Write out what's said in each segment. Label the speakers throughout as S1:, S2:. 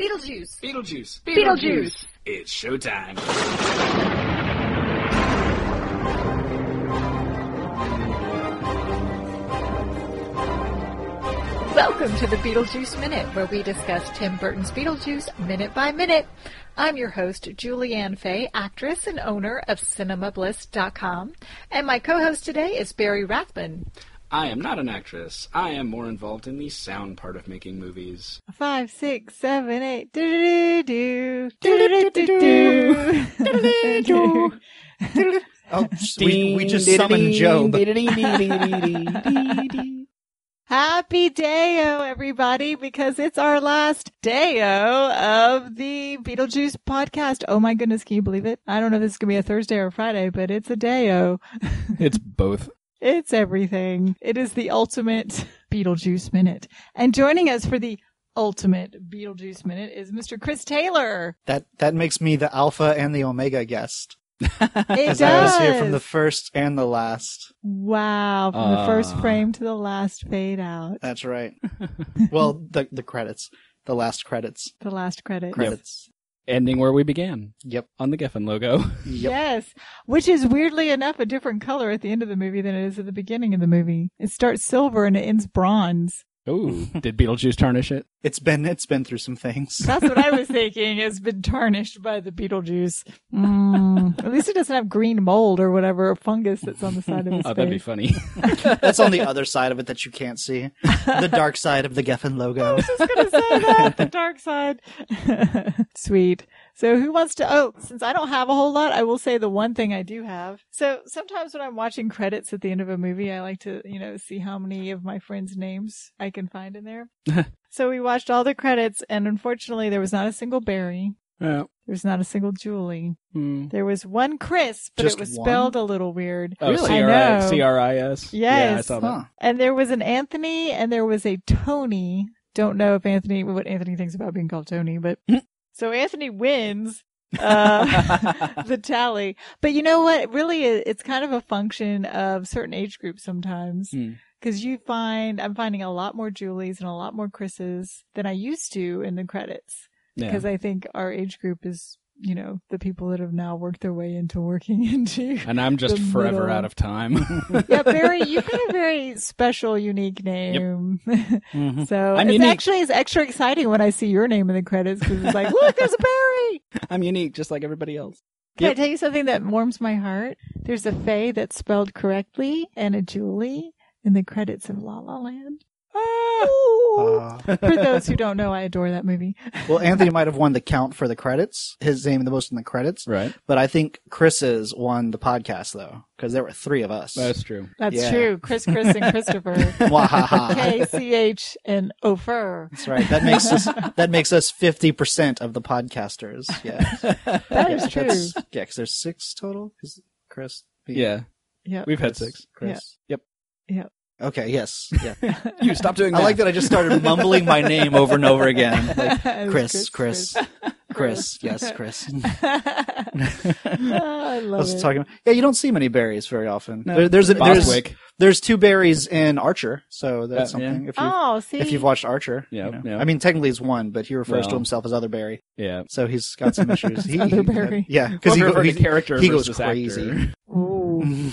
S1: Beetlejuice.
S2: Beetlejuice.
S1: Beetlejuice.
S2: It's showtime.
S1: Welcome to the Beetlejuice Minute, where we discuss Tim Burton's Beetlejuice minute by minute. I'm your host, Julianne Fay, actress and owner of CinemaBliss.com. And my co-host today is Barry Rathman.
S2: I am not an actress. I am more involved in the sound part of making movies.
S3: Five, six, seven, eight. Do do do do do do.
S4: Oh, we, we just summoned Job.
S3: Happy Dayo, everybody, because it's our last Dayo of the Beetlejuice podcast. Oh my goodness, can you believe it? I don't know if this is going to be a Thursday or a Friday, but it's a Dayo.
S5: It's both.
S3: It's everything. It is the ultimate Beetlejuice minute. And joining us for the ultimate Beetlejuice minute is Mr. Chris Taylor.
S4: That that makes me the alpha and the omega guest.
S3: It
S4: As I was
S3: does.
S4: here from the first and the last.
S3: wow, from the first
S5: Ah.
S3: frame to the last fade out,
S4: That's right. well, the the credits, the last credits,
S3: the last credit.
S4: credits.
S5: Ending where we began
S4: Yep.
S5: on the Geffen logo.
S4: Yep.
S3: Yes, which is weirdly enough a different color at the end of the movie than it is at the beginning of the movie. It starts silver and it ends bronze.
S5: Ooh, did Beetlejuice tarnish it?
S4: It's been it's been through some things.
S3: That's what I was thinking. It's been tarnished by the Beetlejuice. Mm. At least it doesn't have green mold or whatever or fungus that's on the side of his
S5: Oh,
S3: face.
S5: that'd be funny.
S4: That's on the other side of it that you can't see. The dark side of the Geffen logo.
S3: I was gonna say that the dark side. Sweet. So who wants to? Oh, since I don't have a whole lot, I will say the one thing I do have. So sometimes when I'm watching credits at the end of a movie, I like to you know see how many of my friends' names I can find in there. so we watched all the credits, and unfortunately, there was not a single Barry.
S5: Yeah.
S3: There was not a single Julie.
S5: Hmm.
S3: There was one Chris, but
S4: Just
S3: it was
S4: one?
S3: spelled a little weird.
S5: Oh,
S4: Really?
S3: I know.
S5: CRI, CRIS. Yeah, I
S3: Yes.
S5: saw that.
S4: Huh.
S3: And there was an Anthony and there was a Tony. Don't know if Anthony, what Anthony thinks about being called Tony, but
S5: Hmm.
S3: so Anthony wins uh, the tally. But you know what? Really, it- it's kind of a function of certain age groups sometimes.
S5: Hmm.
S3: Because you find, I'm finding a lot more Julies and a lot more Chris's than I used to in the credits.
S5: Yeah.
S3: Because I think our age group is, you know, the people that have now worked their way into working into
S5: And I'm just
S3: The
S5: forever
S3: middle.
S5: out of time.
S3: yeah, Barry, you've got a very special, unique name.
S4: Mhm.
S3: so
S5: I'm
S3: it's
S5: unique.
S3: actually it's extra exciting when I see your name in the credits because it's like, look, there's a Barry.
S5: I'm unique, just like everybody else.
S3: Can I
S5: Yep.
S3: tell you something that warms my heart? There's a Faye that's spelled correctly and a Julie in the credits of La La Land.
S4: Ah!
S3: Ooh.
S4: Uh,
S3: For those who don't know, I adore that movie.
S4: well, Anthony might have won the count for the credits. His name the most in the credits,
S5: Right.
S4: but I think Chris's won the podcast though, because there were three of us.
S5: That's true.
S3: That's
S4: Yeah.
S3: true. Chris, Chris, and Christopher.
S4: Wahaha.
S3: K C H and Ofer.
S4: That's right. That makes us that makes us fifty percent of the podcasters. Yeah,
S3: That
S4: Yeah,
S3: is true.
S4: that's- Yeah, because there's six total. 'Cause Chris, me,
S5: Yeah.
S3: Yep.
S5: We've had
S4: Chris,
S5: six.
S4: Chris.
S5: Yep.
S3: Yep.
S4: Okay. Yes. Yeah.
S5: You stop doing
S4: I like that. I just started mumbling my name over and over again. Like, Chris, Chris, Chris. Yes, Chris.
S3: Oh, I
S4: I
S3: love
S4: was
S3: it.
S4: talking. Yeah, you don't see many berries very often.
S5: No.
S4: There, there's a, there's
S5: Boswick.
S4: there's two berries in Archer, so that's
S5: Uh, yeah.
S4: something. If you
S3: oh, see,
S4: if you've watched Archer,
S5: Yeah,
S4: you know.
S5: yeah.
S4: I mean, technically it's one, but he refers to
S5: Well.
S4: himself as Other Berry.
S5: Yeah.
S4: So he's got some issues. he,
S3: Other
S4: he-
S3: Barry.
S4: yeah, because
S5: Well,
S4: he, go,
S5: prefer the
S4: he,
S5: character
S4: he goes
S5: versus actor.
S4: crazy.
S3: Ooh.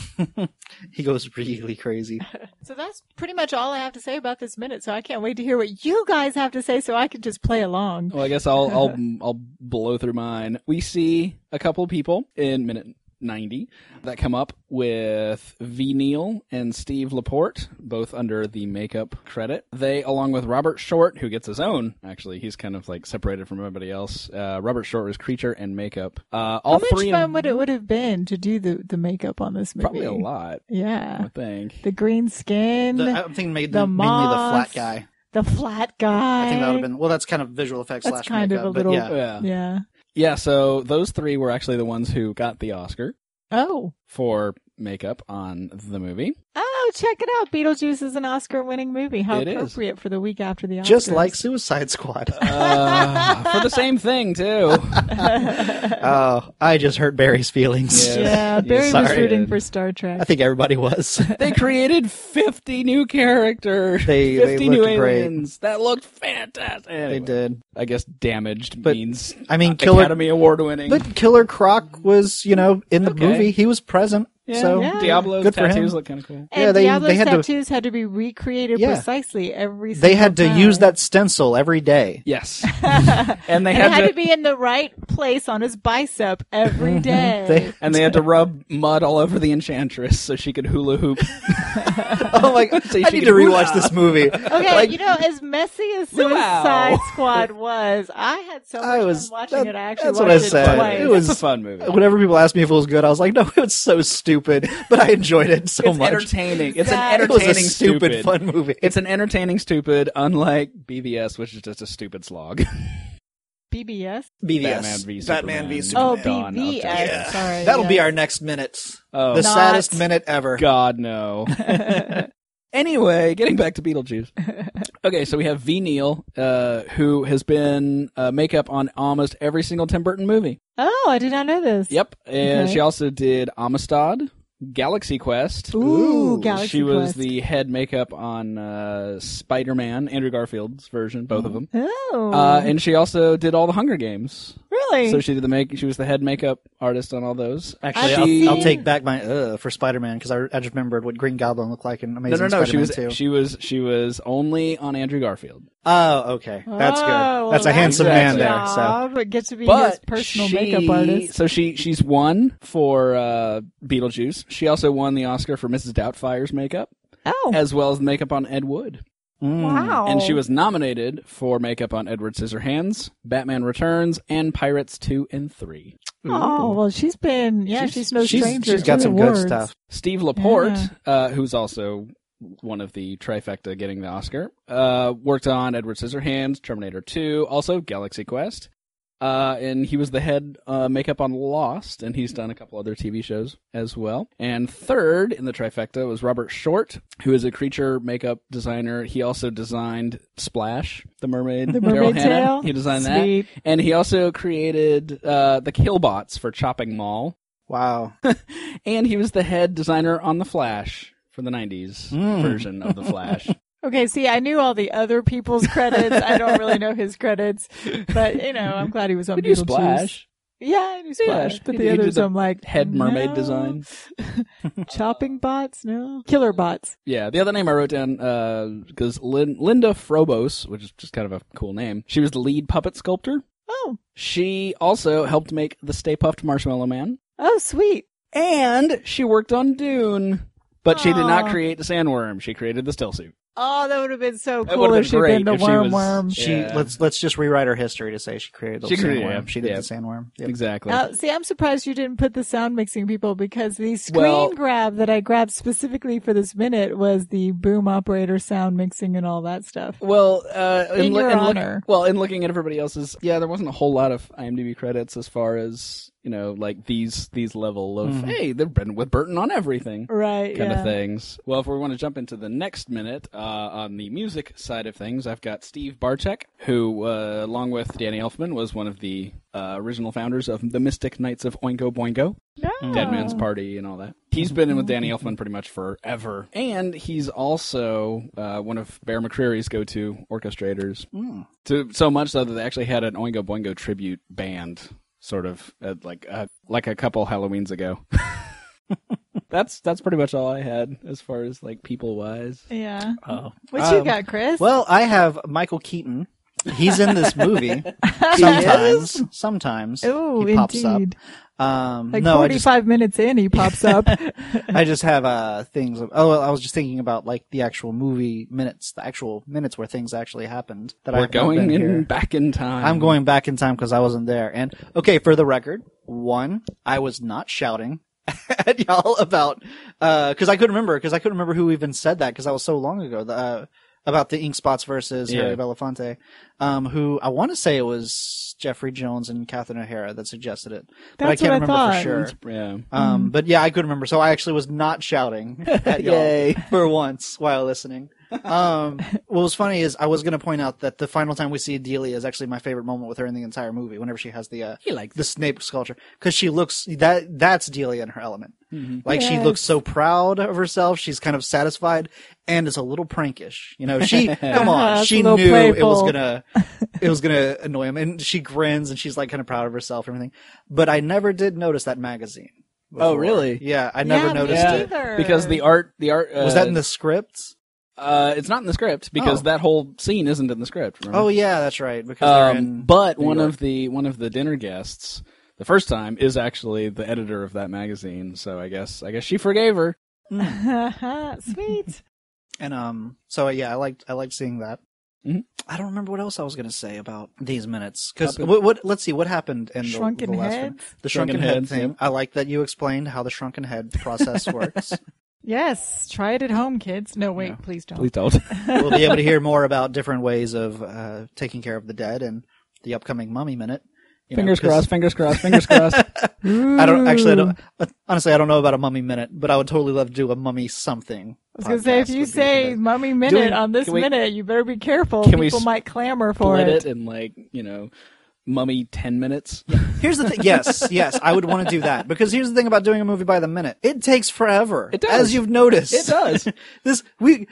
S4: he goes really crazy.
S3: so that's pretty much all I have to say about this minute. So I can't wait to hear what you guys have to say, so I can just play along.
S5: Well, I guess I'll I'll I'll blow through mine. We see a couple people in minute ninety that come up with V Neal and Steve Laporte, both under the makeup credit. They, along with Robert Short, who gets his own. Actually, he's kind of like separated from everybody else. Uh, Robert Short was creature and makeup. Uh, all
S3: How much
S5: three.
S3: fun
S5: in-
S3: would it would have been to do the the makeup on this movie?
S5: probably a lot. I
S3: Yeah,
S5: would think.
S3: the green skin,
S4: The,
S3: the,
S4: I'm thinking mainly,
S3: the
S4: mainly the flat
S3: moss.
S4: guy.
S3: flat guy.
S4: I think that would have been uh, well. That's kind of visual effects
S3: That's
S4: slash
S3: kind of
S4: makeup,
S3: a
S4: but
S3: little-
S4: yeah.
S5: Yeah.
S3: Yeah.
S5: Yeah. So those three were actually the ones who got the Oscar
S3: Oh.
S5: for makeup on the movie.
S3: Oh, Oh, check it out. Beetlejuice is an Oscar winning movie. How
S5: It is.
S3: appropriate for the week after the Oscars.
S4: Just like Suicide Squad.
S5: Uh, for the same thing too.
S4: oh, I just hurt Barry's feelings.
S5: Yeah.
S3: Yeah,
S5: Yeah,
S3: Barry was
S4: sorry.
S3: rooting for Star Trek.
S4: I think everybody was.
S5: They created 50 new characters.
S4: They- they
S5: 50 new
S4: looked great.
S5: aliens. That looked fantastic.
S4: they
S5: Anyway,
S4: did.
S5: I guess damaged
S4: But,
S5: means
S4: I mean,
S5: uh,
S4: Killer-
S5: Academy Award winning.
S4: But Killer Croc was, you know, in the
S5: Okay.
S4: movie. He was present.
S5: yeah,
S4: so
S3: Yeah.
S5: Diablo's
S4: Good for
S5: tattoos
S4: him.
S5: look kind of cool.
S3: and
S4: yeah, they-
S3: Diablo's
S4: they had to-
S3: tattoos had to be recreated
S4: Yeah.
S3: precisely every
S4: they
S3: single
S4: had to
S3: time.
S4: use that stencil every day.
S5: Yes. and they
S3: And it
S5: had, to,
S3: be in the right place on his bicep every day.
S4: Mm-hmm. They,
S5: and they had to rub mud all over the enchantress so she could hula hoop.
S4: oh my!
S5: So
S4: I
S5: she
S4: need
S5: could
S4: to
S5: hula.
S4: rewatch this movie.
S3: Okay,
S4: Like,
S3: you know, as messy as
S5: Luau.
S3: Suicide Squad was, I had so much
S4: I was
S3: fun watching
S4: that-
S3: it. I actually
S4: that's
S3: watched
S4: what I
S3: it
S4: said.
S3: twice.
S4: It was-
S5: it's a fun movie.
S4: whenever people ask me if it was good, I was like, "No, it's so stupid," but I enjoyed it so
S5: it's
S4: much.
S5: entertaining. It's
S3: That-
S5: an
S4: It was
S5: entertaining
S4: a stupid, fun movie.
S5: It's an entertaining stupid, unlike BVS, which is just a stupid slog.
S3: BBS.
S4: BVS.
S5: Batman v
S4: Batman v
S5: Superman.
S3: Oh,
S4: Superman.
S5: Dawn of
S3: BBS.
S5: Justice.
S3: Sorry.
S4: That'll be
S3: yes.
S4: our next minutes.
S5: Oh,
S4: the
S3: Not-
S4: saddest minute ever.
S5: God, no. anyway, getting back to Beetlejuice. Okay, so we have V. Neal, uh, who has been uh, makeup on almost every single Tim Burton movie.
S3: Oh, I did not know this.
S5: Yep. And
S3: Okay.
S5: she also did Amistad, Galaxy Quest.
S3: Ooh,
S4: Ooh,
S3: Galaxy
S5: she was
S3: Quest.
S5: the head makeup on uh, Spider Man, Andrew Garfield's version, both of them.
S3: Oh,
S5: Uh, and she also did all the Hunger Games.
S3: really?
S5: So she did the make. She was the head makeup artist on all those.
S4: Actually,
S3: I've
S4: I'll,
S5: seen-
S4: I'll take back my uh for Spider Man because I, I just remembered what Green Goblin looked like in
S5: No,
S4: Amazing
S5: no, no. She
S4: Spider-Man
S5: was
S4: 2.
S5: she was she was only on Andrew Garfield.
S4: oh, okay, that's
S3: Oh,
S4: good.
S3: well,
S4: that's a handsome
S5: exactly.
S4: man there. So
S3: job. It gets to be his
S5: But
S3: personal
S5: she-
S3: makeup artist.
S5: So she she's won for uh, Beetlejuice. She also won the Oscar for Mrs. Doubtfire's makeup,
S3: Oh,
S5: as well as makeup on Ed Wood.
S4: mm.
S3: wow.
S5: And she was nominated for makeup on Edward Scissorhands, Batman Returns, and Pirates Two and Three.
S3: Oh well, she's been yeah, she's,
S5: She's-
S3: no
S4: she's,
S3: stranger.
S4: she's got
S3: to
S4: some
S3: awards.
S4: good stuff.
S5: Steve Laporte, uh, who's also one of the trifecta getting the Oscar, uh, worked on Edward Scissorhands, Terminator 2, also Galaxy Quest. Uh, and he was the head uh, makeup on Lost, and he's done a couple other TV shows as well. And third in the trifecta was Robert Short, who is a creature makeup designer. He also designed Splash, the mermaid,
S3: The
S5: Daryl
S3: mermaid
S5: Hannah.
S3: tail.
S5: He designed
S3: Sweet.
S5: that, and he also created uh, the Killbots for Chopping Mall,
S4: Wow.
S5: and he was the head designer on The Flash for the 90s
S3: Hmm.
S4: Mm.
S5: version of The Flash.
S3: Okay, see, I knew all the other people's credits. I don't really know his credits, but you know, I'm glad he was on
S5: Could you
S3: Beetlejuice.
S5: Splash?
S3: Yeah, I knew Splash, but
S5: he
S3: the
S5: did- he
S3: others,
S5: did the
S3: I'm like
S5: Head mermaid
S3: no.
S5: design.
S3: chopping bots, no killer bots.
S5: Yeah, the other name I wrote down, because Lin- Linda Frobos, which is just kind of a cool name, she was the lead puppet sculptor.
S3: Oh,
S5: She also helped make the Stay Puffed Marshmallow Man.
S3: oh, sweet.
S5: And she worked on Dune, but she did
S3: Aw.
S5: not create the sandworm. She created the still suit.
S3: Oh, that would have been so
S5: That
S3: cool
S5: would've been
S3: if she'd
S5: great
S3: been the
S5: if she
S3: worm
S5: was-
S3: worm.
S5: Yeah.
S4: She let's let's just rewrite her history to say she created the
S5: She
S4: sandworm.
S5: created- yeah,
S4: she did
S5: yeah.
S4: the sandworm. Yep.
S5: Exactly.
S3: Uh, see, I'm surprised you didn't put the sound mixing people because the screen
S5: Well-
S3: grab that I grabbed specifically for this minute was the boom operator sound mixing and all that stuff.
S5: Well, uh,
S3: In your
S5: look-
S3: honor.
S5: well, in looking at everybody else's, yeah, there wasn't a whole lot of IMDb credits as far as you know, like these these level
S3: Hmm.
S5: of hey, they've been with Burton on everything
S3: Right.
S5: kind
S3: yeah.
S5: of things. Well, if we want to jump into the next minute uh, on the music side of things, I've got Steve Bartek, who, uh, along with Danny Elfman, was one of the uh, original founders of the Mystic Knights of Oingo Boingo.
S3: Oh.
S5: Dead Man's Party and all that. He's been in with Danny Elfman pretty much forever, and he's also uh, one of Bear McCreary's go-to orchestrators.
S3: Hmm.
S5: To so much so that they actually had an Oingo Boingo tribute band, sort of at like a, like a couple Halloweens ago. that's that's pretty much all I had as far as like people wise.
S3: Yeah.
S4: Oh.
S3: What you got, Chris?
S4: Well, I have Michael Keaton. He's in this movie sometimes. Sometimes
S3: oh,
S4: he pops
S3: indeed.
S4: up. Um,
S3: Like
S4: no, I just
S3: 45 minutes in, he pops up.
S4: I just have uh things. Of, oh, well, I was just thinking about like the actual movie minutes, the actual minutes where things actually happened. That I
S5: We're
S4: have not been
S5: going in
S4: here.
S5: back in time.
S4: I'm going back in time because I wasn't there. And okay, for the record, one, I was not shouting at y'all about because I couldn't remember because I couldn't remember who even said that because that was so long ago. The, uh, about the Ink Spots versus
S5: Yeah.
S4: Harry Belafonte, um, who I want to say it was Jeffrey Jones and Catherine O'Hara that suggested it, but I
S3: That's
S4: can't
S3: what
S4: remember
S3: I thought.
S4: for sure.
S5: Yeah.
S4: Um, but yeah, I could remember. So I actually was not shouting at y'all
S5: Yay.
S4: for once while listening. Um, what was funny is I was going to point out that the final time we see Delia is actually my favorite moment with her in the entire movie. Whenever she has the uh,
S5: He likes
S4: the Snape sculpture, because she looks that that's Delia in her element.
S5: Mm-hmm.
S4: Like she
S3: Yes.
S4: looks so proud of herself. She's kind of satisfied, and it's a little prankish. You know, she come
S3: It's
S4: on,
S3: a
S4: she
S3: little
S4: knew it was
S3: playful.
S4: gonna it was gonna annoy him, and she grins and she's like kind of proud of herself and everything. But I never did notice that magazine.
S5: Oh, really?
S4: Yeah, I never
S3: Yeah, me
S4: noticed it.
S3: neither.
S5: Because the art, the art uh,
S4: Was that in the script?
S5: Uh, it's not in the script because
S4: Oh.
S5: that whole scene isn't in the script. remember?
S4: Oh yeah, that's right. Because they're
S5: Uh, Um,
S4: in
S5: but
S4: New
S5: one
S4: York.
S5: of the one of the dinner guests the first time is actually the editor of that magazine. So I guess I guess she forgave her.
S3: Sweet.
S4: and um, so yeah, I liked I liked seeing that.
S5: Mhm.
S4: I don't remember what else I was going to say about these minutes because
S5: Up in-
S4: what, what let's see what happened in the,
S3: Shrunken
S4: the last one?
S3: heads.
S4: The
S5: Shrunken
S4: shrunken, head
S5: heads,
S4: thing.
S5: yep.
S4: I like that you explained how the shrunken head process works.
S3: Yes. Try it at home, kids. No, wait.
S5: No.
S3: Please don't.
S5: Please don't.
S4: we'll be able to hear more about different ways of uh, taking care of the dead and the upcoming mummy minute. you know,
S5: fingers
S4: 'cause
S5: crossed. Fingers crossed. Fingers crossed.
S4: I don't actually. I don't, honestly, I don't know about a mummy minute, but I would totally love to do a mummy something.
S3: I was gonna say if
S4: podcast
S3: you
S4: would be
S3: say
S4: good.
S3: "mummy minute"
S5: Doing-
S3: on this
S5: can we-
S3: minute, you better be careful.
S5: Can
S3: People
S5: we
S3: might clamor for
S5: Split
S3: it.
S5: it in like you know, mummy ten minutes.
S4: here's the thing. Yes, yes, I would want to do that because here's the thing about doing a movie by the minute. It takes forever.
S5: It does.
S4: as you've noticed.
S5: It does.
S4: this we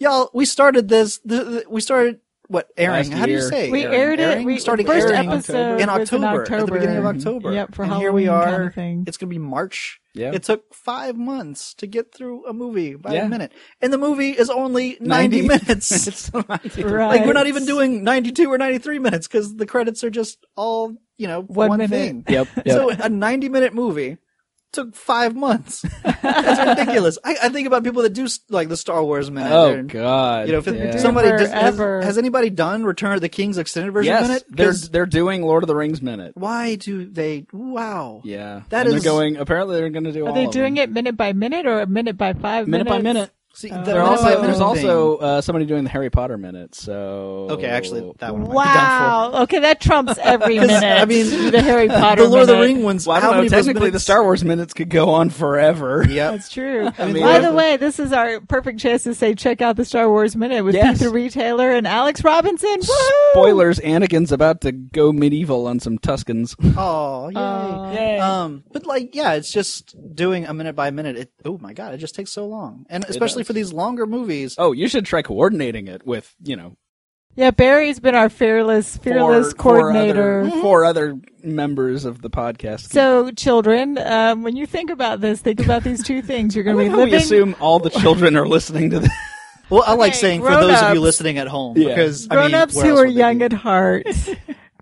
S4: y'all we started this. The, the- we started what airing?
S5: Last
S4: How do
S5: year.
S4: you say?
S3: We
S4: airing?
S3: aired it.
S4: Airing?
S3: We
S4: started
S3: first
S4: airing
S3: episode
S4: in
S3: was in
S4: October, at the beginning of
S3: October.
S4: October.
S3: Yep, for
S4: and here we
S3: Halloween
S4: are.
S3: kind of thing.
S4: It's going to be March.
S5: Yeah.
S4: It took five months to get through a movie by
S5: Yeah.
S4: a minute, and the movie is only ninety, minutes.
S5: It's so 90.
S3: Right.
S4: like we're not even doing ninety-two or ninety-three minutes because the credits are just all you know
S3: One
S4: one,
S3: minute.
S4: thing.
S5: Yep. yep.
S4: So a ninety-minute movie took five months. That's ridiculous. I, I think about people that do s- like the Star Wars minute.
S5: oh
S4: They're-
S5: God.
S4: you know, if
S5: Yeah.
S4: somebody
S3: Never,
S4: does, has,
S3: ever.
S4: has anybody done Return of the King's extended version
S5: yes,
S4: minute?
S5: they're
S4: 'Cause
S5: they're doing Lord of the Rings minute.
S4: why do they? Wow.
S5: Yeah.
S4: That
S5: and
S4: is-
S5: They're going. Apparently, they're going to do.
S3: Are
S5: all
S3: they
S5: of
S3: doing
S5: them.
S3: it minute by minute or minute by five?
S5: minute by
S3: minutes?
S5: minute?
S4: See,
S3: Uh,
S4: the
S5: There
S3: Minute by
S5: also
S3: minute
S5: there's
S4: thing-
S5: also uh, somebody doing the Harry Potter minute. So
S4: okay. Actually, that one. Might
S3: Wow. Okay, that trumps every
S4: 'Cause,
S3: minute.
S4: I mean,
S3: the Harry
S4: Be done
S3: Potter.
S4: for. The Lord of the
S3: minute.
S4: Ring ones.
S5: Well, I
S4: how
S5: don't know.
S4: many of those
S5: Technically, the
S4: minutes-
S5: Star Wars minutes could go on forever.
S4: Yep.
S3: That's true.
S5: mean,
S3: By
S5: there's
S3: the
S5: a-
S3: way, this is our perfect chance to say check out the Star Wars Minute with
S5: Yes.
S3: Peter Retailer and Alex Robinson. Woohoo!
S5: Spoilers: Anakin's about to go medieval on some Tuscans.
S4: Oh, yay.
S3: Aw.
S4: Um, but like, yeah, it's just doing a minute by minute. It, oh my god, it just takes so long, and especially
S5: does.
S4: for these longer movies.
S5: oh, you should try coordinating it with you know
S3: Yeah, Barry's been our fearless, fearless
S5: four,
S3: coordinator.
S5: Four other, four other members of the podcast.
S3: so, children, um, when you think about this, think about these two things. You're
S5: I
S3: going
S5: love
S3: to be
S5: how we
S3: living.
S5: assume all the children are listening to this.
S4: Well, I like
S3: Okay,
S4: saying for those of
S3: grown-ups.
S4: you listening at home,
S5: Yeah.
S4: because I mean,
S3: grown-ups
S4: where
S3: who
S4: else
S3: are
S4: would they
S3: young
S4: be?
S3: at heart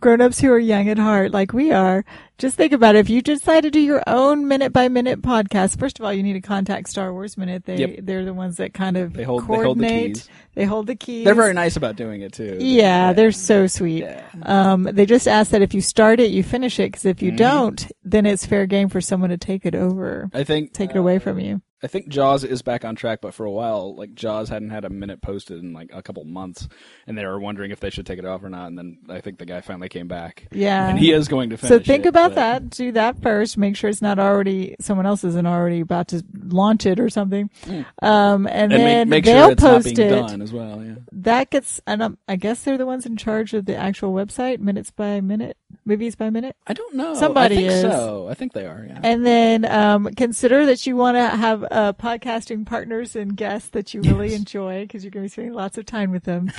S3: grown-ups who are young at heart like we are just think about it if you decide to do your own minute by minute podcast first of all you need to contact star wars minute they
S5: Yep.
S3: they're the ones that kind of
S5: They hold- they hold the
S3: coordinate
S5: keys.
S3: They hold the keys.
S5: They're very nice about doing it too.
S3: yeah, they're so sweet. Um, they just ask that if you start it, you finish it, because if
S5: Mm-hmm.
S3: you don't, then it's fair game for someone to take it over,
S5: I think
S3: take it away from you.
S5: I think Jaws is back on track, but for a while, like Jaws hadn't had a minute posted in like a couple months, and they were wondering if they should take it off or not. And then I think the guy finally came back.
S3: Yeah.
S5: and he is going to finish.
S3: Uh, So think
S5: it,
S3: about
S5: but-
S3: that. Do that first. Make sure it's not already someone else isn't already about to launch it or something. Um, and,
S5: Mm. and
S3: then
S5: make, make
S3: they'll
S5: sure it's not
S3: post
S5: being
S3: it.
S5: done as well. Yeah.
S3: That gets and um, I guess they're the ones in charge of the actual website, minutes by minute, movies by minute.
S5: I don't know.
S3: Somebody
S5: I think
S3: is.
S5: So I think they are. Yeah.
S3: And then um, consider that you want to have uh, podcasting partners and guests that you really enjoy because you're going to be spending lots of time with them.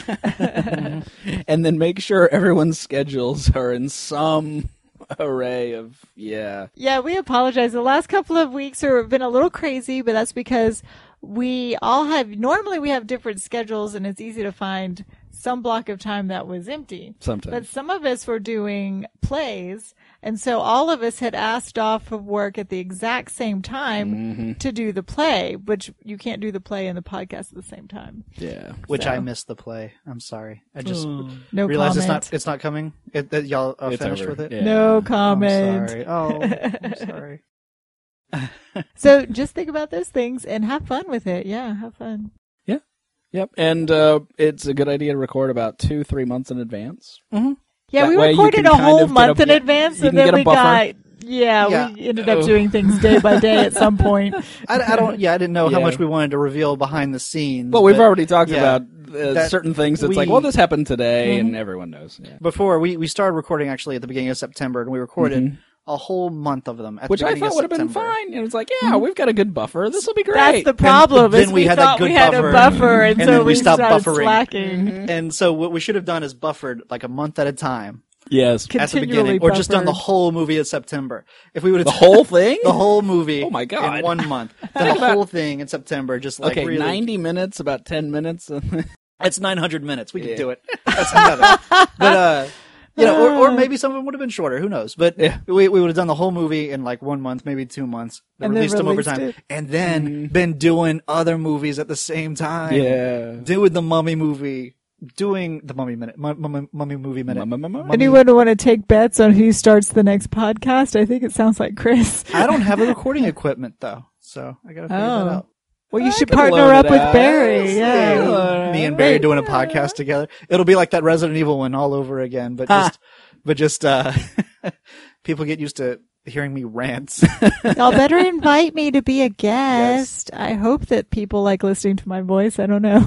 S5: And then make sure everyone's schedules are in some array of yeah.
S3: Yeah, we apologize. The last couple of weeks have been a little crazy, but that's because we all have normally we have different schedules and it's easy to find some block of time that was empty. But
S5: Sometimes.
S3: some of us were doing plays, and so all of us had asked off of work at the exact same time
S5: Mm-hmm.
S3: to do the play, which you can't do the play and the podcast at the same time.
S5: Yeah.
S4: Which
S3: So.
S4: I missed the play. I'm sorry. I just
S3: No
S4: realized it's
S3: comment.
S4: not it's not coming. It, that y'all are
S5: It's
S4: finished
S5: over.
S4: with it.
S5: Yeah.
S3: No
S4: I'm
S3: comment.
S4: sorry. Oh, I'm sorry.
S3: So just think about those things and have fun with it. Yeah, have fun.
S5: Yep, and uh, it's a good idea to record about two, three months in advance.
S3: Yeah,
S5: That
S3: we
S5: way you
S3: recorded
S5: can
S3: a
S5: kind
S3: whole
S5: of get
S3: month
S5: a-
S3: in advance,
S5: you
S3: and
S5: can
S3: then
S5: get a
S3: we
S5: buffer.
S3: got yeah, we
S4: Yeah. Oh.
S3: ended up doing things day by day at some point.
S4: I, I don't. Yeah, I didn't know how
S5: Yeah.
S4: much we wanted to reveal behind the scenes.
S5: Well, we've
S4: but
S5: already talked
S4: yeah.
S5: about uh,
S4: That
S5: certain things. It's
S4: we-
S5: like, well, this happened today, and everyone knows. Yeah.
S4: before we we started recording actually at the beginning of September, and we recorded
S5: Mm-hmm.
S4: a whole month of them. At
S5: Which
S4: the
S5: I
S4: beginning
S5: thought
S4: of
S5: would have been
S4: September.
S5: fine. It was like, yeah, we've got a good buffer. This will be
S3: That's
S5: great.
S3: the problem.
S4: then
S3: is
S4: we
S3: we,
S4: had that
S3: thought
S4: good
S3: we had
S4: buffer,
S3: a buffer, and,
S4: and
S3: so
S4: then we
S3: we
S4: stopped
S3: started
S4: buffering. Mm-hmm.
S3: slacking
S4: And so what we should have done is buffered like a month at a time
S5: yes,
S4: at the
S3: continually,
S4: beginning, or just done the
S3: buffered.
S4: whole movie at September. If we would have
S5: the whole thing.
S4: the whole movie,
S5: Oh my God.
S4: in one month, done the whole thing in September, just like
S5: okay,
S4: really,
S5: ninety minutes, about ten minutes.
S4: It's nine hundred minutes. We could
S5: Yeah.
S4: do it. That's another. but uh, you know, or, or maybe some of them would have been shorter. Who knows? But
S5: Yeah.
S4: we we would have done the whole movie in like one month, maybe two months. Then
S3: And then
S4: released them over
S3: released
S4: time,
S3: it.
S4: and then been doing other movies at the same time.
S5: yeah.
S4: doing the Mummy movie, doing the Mummy minute, mu- mummy, mummy movie minute.
S5: Mummy-
S3: Anyone want to take bets on who starts the next podcast? I think it sounds like Chris.
S4: I don't have the recording equipment though, so I gotta figure
S3: Oh.
S4: that out.
S3: Well, you should
S5: could load
S3: partner
S5: it
S3: up with
S5: out.
S3: Barry.
S5: Yeah.
S3: Yeah.
S4: me and Barry doing a podcast together. It'll be like that Resident Evil one all over again, but
S3: Ah.
S4: just, but just, uh, people get used to hearing me rant.
S3: Y'all better invite me to be a guest. I hope that people like listening to my voice. I don't know.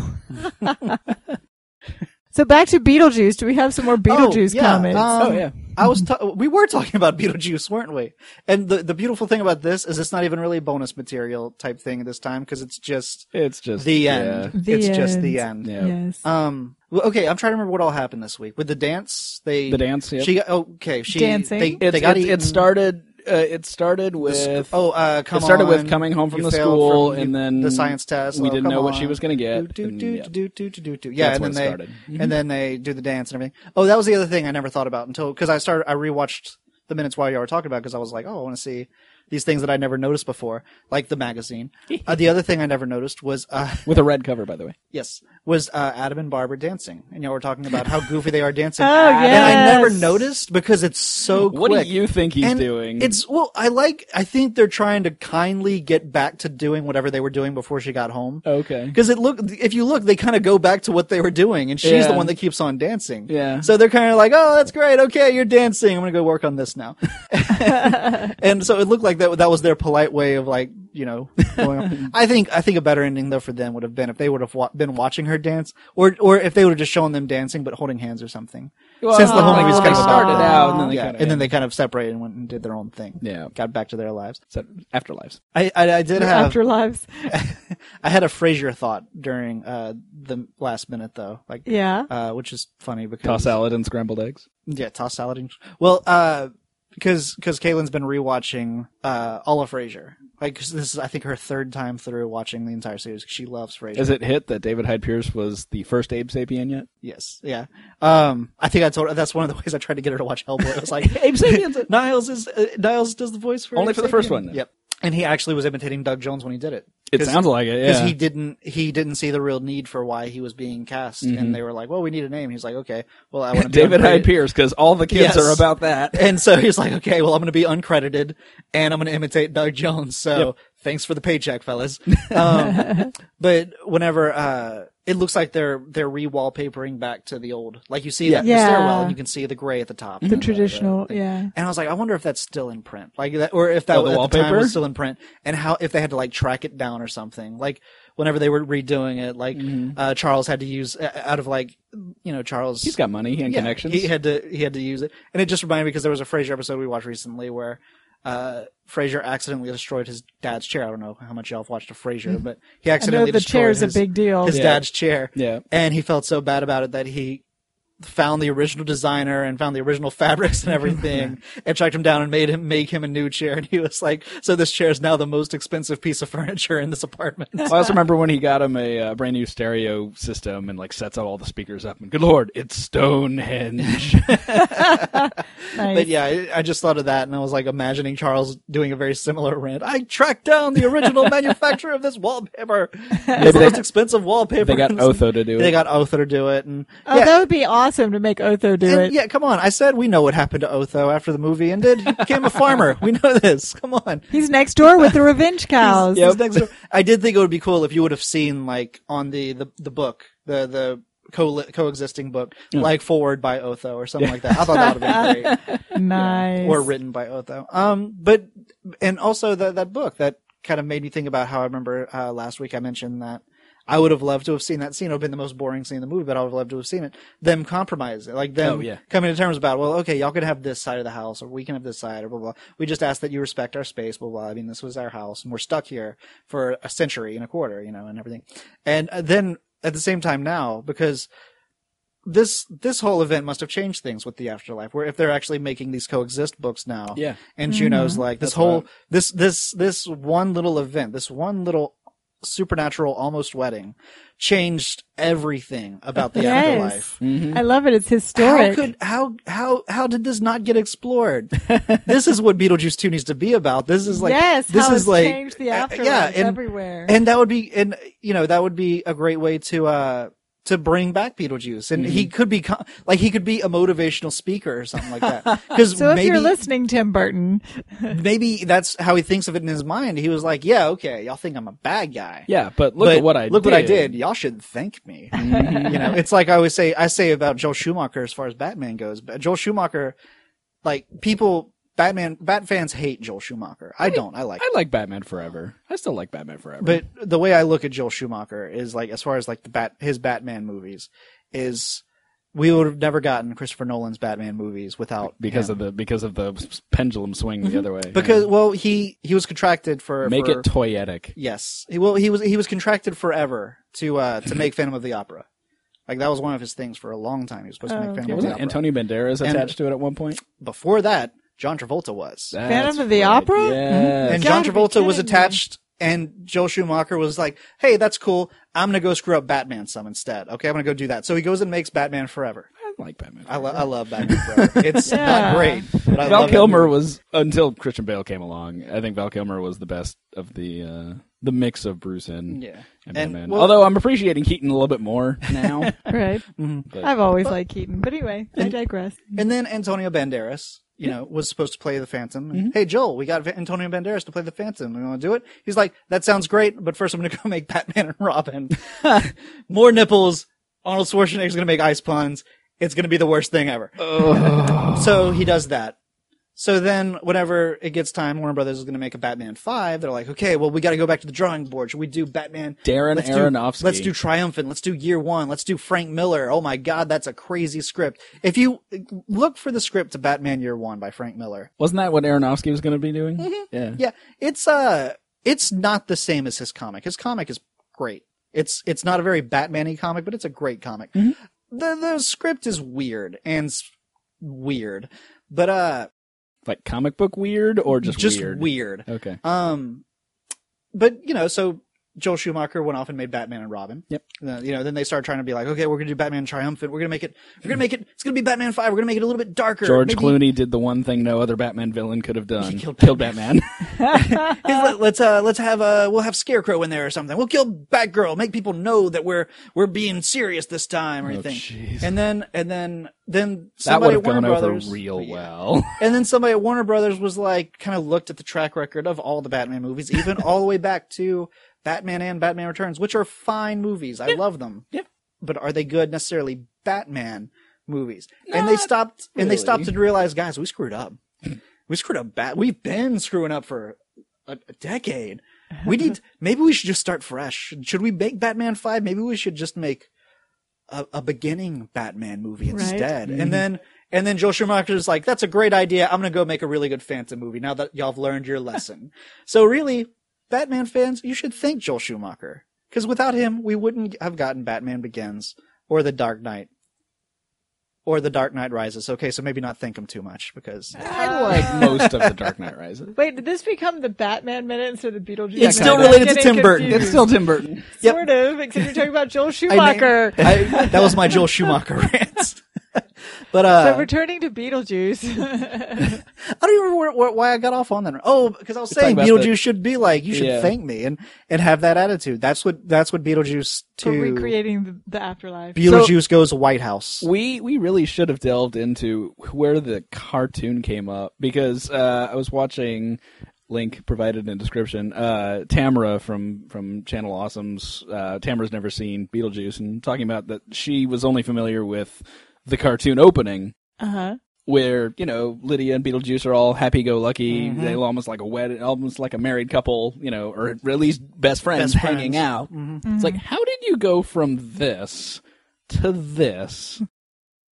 S3: so back to Beetlejuice. Do we have some more Beetlejuice
S4: yeah.
S3: comments?
S4: Um,
S5: Oh yeah.
S4: I was, ta- we were talking about Beetlejuice, weren't we? And the, the beautiful thing about this is it's not even really bonus material type thing this time because it's just
S5: It's just
S4: the
S5: yeah.
S4: end.
S3: The
S4: it's just
S3: end.
S4: the end.
S5: Yeah.
S3: yes.
S4: Um, well, okay, I'm trying to remember what all happened this week with the dance. They
S5: The dance, yep.
S4: She got okay. She
S3: Dancing.
S4: They,
S5: It's,
S4: they got
S5: it, it
S4: eaten.
S5: started. Uh, it started
S4: The sc-
S5: with.
S4: oh, uh, come
S5: it started with
S4: on,
S5: coming home from
S4: you
S5: the
S4: failed
S5: school,
S4: from-
S5: and
S4: you-
S5: then
S4: the science test.
S5: We
S4: oh,
S5: didn't
S4: come
S5: know what
S4: on.
S5: she was going to get.
S4: Do,
S5: and,
S4: do,
S5: yeah.
S4: do, do, do, do, do. Yeah,
S5: That's
S4: and then
S5: where
S4: they
S5: it started. Mm-hmm.
S4: and then they do the dance and everything. Oh, that was the other thing I never thought about until because I started I rewatched the minutes while you were talking about because I was like, oh, I want to see these things that I never noticed before, like the magazine. uh, the other thing I never noticed was uh,
S5: With a red cover, by the way.
S4: yes was uh, Adam and Barbara dancing, and you know we're talking about how goofy they are dancing.
S3: Oh,
S4: And I never
S3: yes.
S4: noticed because it's so quick.
S5: What do you think he's
S4: And
S5: doing?
S4: It's well, I like. I think they're trying to kindly get back to doing whatever they were doing before she got home.
S5: Oh, okay.
S4: Because it look, if you look, they kind of go back to what they were doing, and she's
S5: Yeah.
S4: the one that keeps on dancing.
S5: Yeah.
S4: So they're kind of like, "Oh, that's great. Okay, you're dancing. I'm gonna go work on this now." and so it looked like that. That was their polite way of like, you know, going on. I think I think a better ending though for them would have been if they would have wa- been watching her dance, or or if they would have just shown them dancing but holding hands or something.
S5: Well,
S4: Since the whole
S5: like,
S4: movie's kind
S5: they
S4: of
S5: started
S4: about that.
S5: out, and then they
S4: yeah,
S5: kind of
S4: and then they kind of separated and went and did their own thing.
S5: Yeah.
S4: got back to their lives.
S5: afterlives.
S4: I I, I did have
S3: Afterlives.
S4: I had a Frasier thought during uh, the last minute though, like
S3: Yeah.
S4: uh, which is funny because
S5: Toss salad and scrambled eggs.
S4: yeah, toss salad. And, well, uh, because because Kaylin's been rewatching uh, all of Frasier. Like 'cause this is I think her third time through watching the entire series. She loves Frasier.
S5: Is it hit that David Hyde Pierce was the first Abe Sapien yet?
S4: Yes, yeah. Um, I think I told her that's one of the ways I tried to get her to watch Hellboy. I was like,
S5: Abe Sapien's a-
S4: Niles is uh, Niles does the voice for
S5: Only
S4: Abe
S5: for the first
S4: Sapien.
S5: one, then.
S4: Yep. And he actually was imitating Doug Jones when he did it.
S5: It
S4: 'Cause-
S5: sounds like it.
S4: because
S5: Yeah.
S4: he didn't he didn't see the real need for why he was being cast, and they were like, "Well, we need a name." He's like, "Okay, well, I want to be
S5: Mm-hmm. David Hyde
S4: uncredited."
S5: Pierce, because all the kids
S4: Yes.
S5: are about that.
S4: And so he's like, "Okay, well, I'm going to be uncredited, and I'm going to imitate Doug Jones." So thanks for the paycheck, fellas. Um, but whenever uh, it looks like they're they're re wallpapering back to the old, like you see that in the
S3: Yeah.
S4: stairwell, and you can see the gray at the top,
S3: the traditional. Yeah.
S4: and I was like, I wonder if that's still in print, like that, or if that
S5: Oh, the
S4: at the time
S5: wallpaper?
S4: was still in print, and how if they had to like track it down or something. Like whenever they were redoing it, like
S3: Mm-hmm.
S4: uh, Charles had to use uh, out of like you know Charles.
S5: He's got money and connections.
S4: He had to he had to use it, and it just reminded me because there was a Frasier episode we watched recently where uh, Frasier accidentally destroyed his dad's chair. I don't know how much y'all have watched of Frasier, but he
S3: Mm. I know
S4: accidentally
S3: the
S4: destroyed
S3: chair is a
S4: his-
S3: big deal.
S4: his
S5: Yeah.
S4: dad's chair.
S5: Yeah.
S4: And he felt so bad about it that he found the original designer and found the original fabrics and everything and tracked him down and made him make him a new chair. And he was like, so this chair is now the most expensive piece of furniture in this apartment.
S5: I also remember when he got him a uh, brand new stereo system and like sets up all the speakers up and good lord, it's Stonehenge.
S3: Nice.
S4: But yeah, I- I just thought of that and I was like imagining Charles doing a very similar rant. I tracked down the original manufacturer of this wallpaper. It's the
S5: they-
S4: most expensive wallpaper.
S5: they got
S4: in this-
S5: Otho to do
S4: They
S5: it.
S4: got Otho to do it. And
S3: Oh,
S4: yeah,
S3: that would be awesome to make Otho do
S4: And
S3: it.
S4: yeah, come on. I said we know what happened to Otho after the movie ended. He became a farmer. We know this. Come on.
S3: He's next door with the revenge cows.
S4: He's next door. I did think it would be cool if you would have seen like on the the, the book the the co coexisting book like forward by Otho or something like that. I thought that would have been great.
S3: Nice.
S4: or written by Otho. Um, but and also that that book that kind of made me think about how I remember uh, last week I mentioned that I would have loved to have seen that scene. It would have been the most boring scene in the movie, but I would have loved to have seen it. Them compromise, like them
S5: Oh, yeah.
S4: coming to terms about, well, okay, y'all can have this side of the house, or we can have this side, or blah blah. We just ask that you respect our space, blah blah. I mean, this was our house, and we're stuck here for a century and a quarter, you know, and everything. And uh, then at the same time now, because this this whole event must have changed things with the afterlife, where if they're actually making these coexist books now,
S5: Yeah.
S4: and
S3: Mm-hmm.
S4: Juno's like this
S5: That's
S4: whole
S5: right.
S4: this this this one little event, this one little supernatural almost wedding changed everything about the
S3: Yes.
S4: afterlife.
S5: Mm-hmm.
S3: I love it. It's
S4: How
S3: historic.
S4: could how how how did this not get explored? this is what Beetlejuice 2 needs to be about. This is like
S3: yes,
S4: this
S3: how
S4: is
S3: it's
S4: like
S3: changed the
S4: uh,
S3: afterlife
S4: yeah, and-
S3: everywhere.
S4: and that would be, and you know, that would be a great way to, uh, to bring back Beetlejuice. And he could be, co- like, he could be a motivational speaker or something like that. Cause
S3: so if
S4: maybe,
S3: you're listening, Tim Burton,
S4: maybe that's how he thinks of it in his mind. He was like, yeah, okay, y'all think I'm a bad guy.
S5: Yeah, but look
S4: But
S5: at what I
S4: look
S5: did.
S4: what I did. Mm-hmm. Y'all should thank me. you know, it's like I always say. I say about Joel Schumacher as far as Batman goes. But Joel Schumacher, like people, Batman, Bat fans hate Joel Schumacher. I don't. I like.
S5: I like Batman Forever. I still like Batman Forever.
S4: But the way I look at Joel Schumacher is like as far as like the bat his Batman movies is we would have never gotten Christopher Nolan's Batman movies without
S5: because
S4: him.
S5: of the because of the s- pendulum swing the other way.
S4: because well he he was contracted for
S5: yeah. make
S4: for-
S5: it toyetic.
S4: yes he well he was he was contracted forever to uh to make Phantom of the Opera like that was one of his things for a long time he was supposed to make Phantom
S5: Yeah,
S4: of the
S5: wasn't
S4: Opera
S5: Antonio Banderas
S4: And-
S5: attached to it at one point?
S4: before that John Travolta was
S5: That's
S3: of the
S5: right.
S3: Opera?
S5: Yes.
S4: and
S3: You
S4: John
S3: gotta be
S4: Travolta was
S3: kidding me.
S4: attached, and Joel Schumacher was like, "Hey, that's cool. I'm gonna go screw up Batman some instead. Okay, I'm gonna go do that." So he goes and makes Batman Forever.
S5: I like Batman.
S4: I, lo- I love Batman Forever. It's
S3: Yeah.
S4: not great, but I
S5: Val
S4: love it.
S5: Kilmer was until Christian Bale came along. I think Val Kilmer was the best of the uh, the mix of Bruce and
S4: Yeah.
S5: and,
S4: And,
S5: Batman.
S4: well-
S5: Although I'm appreciating Keaton a little bit more now.
S3: right?
S4: Mm-hmm.
S5: But-
S3: I've always liked Keaton, but anyway, I digress.
S4: And then Antonio Banderas, you know, was supposed to play the Phantom. And, Hey, Joel, we got Va- Antonio Banderas to play the Phantom. You want to do it? He's like, that sounds great, but first I'm going to go make Batman and Robin. More nipples. Arnold Schwarzenegger's going to make ice puns. It's going to be the worst thing ever. so he does that. So then, whenever it gets time, Warner Brothers is going to make a Batman 5. They're like, okay, well, we got to go back to the drawing board. Should we do Batman?
S5: Darren
S4: let's
S5: Aronofsky.
S4: Do, let's do Triumphant. Let's do Year One. Let's do Frank Miller. Oh my God, that's a crazy script. If you look for the script to Batman Year One by Frank Miller,
S5: Wasn't that what Aronofsky was going to be doing? Yeah.
S4: yeah, it's uh, it's not the same as his comic. His comic is great. It's it's not a very Batman-y comic, but it's a great comic.
S5: Mm-hmm.
S4: The the script is weird and s- weird, but uh,
S5: Like comic book weird or just,
S4: just
S5: weird?
S4: weird.
S5: Okay.
S4: Um, but you know, so Joel Schumacher went off and made Batman and Robin.
S5: Yep.
S4: Uh, you know, then they started trying to be like, okay, we're gonna do Batman triumphant. We're gonna make it. We're gonna make it. It's gonna be Batman Five. We're gonna make it a little bit darker.
S5: George
S4: Maybe-
S5: Clooney did the one thing no other Batman villain could have done.
S4: He killed
S5: Batman.
S4: He's like, let's uh, let's have uh, we'll have Scarecrow in there or something. We'll kill Batgirl. Make people know that we're we're being serious this time or anything.
S5: Oh, jeez.
S4: and then and then then
S5: that would
S4: somebody
S5: have
S4: at Warner
S5: gone
S4: Brothers
S5: over real
S4: Yeah.
S5: well.
S4: And then somebody at Warner Brothers was like, kind of looked at the track record of all the Batman movies, even all the way back to Batman and Batman Returns, which are fine movies. I love them.
S5: Yeah.
S4: But are they good necessarily Batman movies? and they stopped. And they
S5: really.
S4: stopped and realized, guys, we screwed up. We screwed up. Bat. We've been screwing up for a, a decade. We need. maybe we should just start fresh. Should we make Batman Five? Maybe we should just make a, a beginning Batman movie
S3: Right. Mm-hmm.
S4: instead. And then and then Joel Schumacher's like, that's a great idea. I'm gonna go make a really good Phantom movie now that y'all have learned your lesson. so really, Batman fans, you should thank Joel Schumacher. Because without him, we wouldn't have gotten Batman Begins or The Dark Knight. Or The Dark Knight Rises. Okay, so maybe not thank him too much because
S5: I like most of the Dark Knight Rises.
S3: Uh, Wait, did this become the Batman minute instead of the Beetlejuice? minute?
S4: It's still
S3: I'm
S4: related to
S3: getting
S4: Tim Burton.
S3: confused.
S5: It's still Tim Burton.
S4: Yep. uh,
S3: sort of, except you're talking about Joel
S4: I named-
S3: Schumacher.
S4: I- that was my Joel Schumacher rant. But uh,
S3: so returning to Beetlejuice.
S4: I don't even remember where, where, why I got off on that. Oh, because I was saying
S5: talking about
S4: Beetlejuice
S5: the-
S4: should be like you should
S5: Yeah.
S4: thank me and and have that attitude. That's what that's what Beetlejuice
S3: for
S4: to
S3: recreating the, the afterlife.
S4: Beetlejuice goes White House.
S5: We we really should have delved into where the cartoon came up because uh, I was watching link provided in description uh tamara from from channel awesome's uh tamara's never seen beetlejuice and talking about that she was only familiar with the cartoon opening
S3: uh huh.
S5: where you know Lydia and Beetlejuice are all happy-go-lucky.
S4: Mm-hmm.
S5: They are almost like a wed, almost like a married couple, you know, or at least best friends
S4: Best
S5: hanging
S4: friends.
S5: out.
S4: Mm-hmm.
S3: Mm-hmm.
S5: It's like, how did you go from this to this?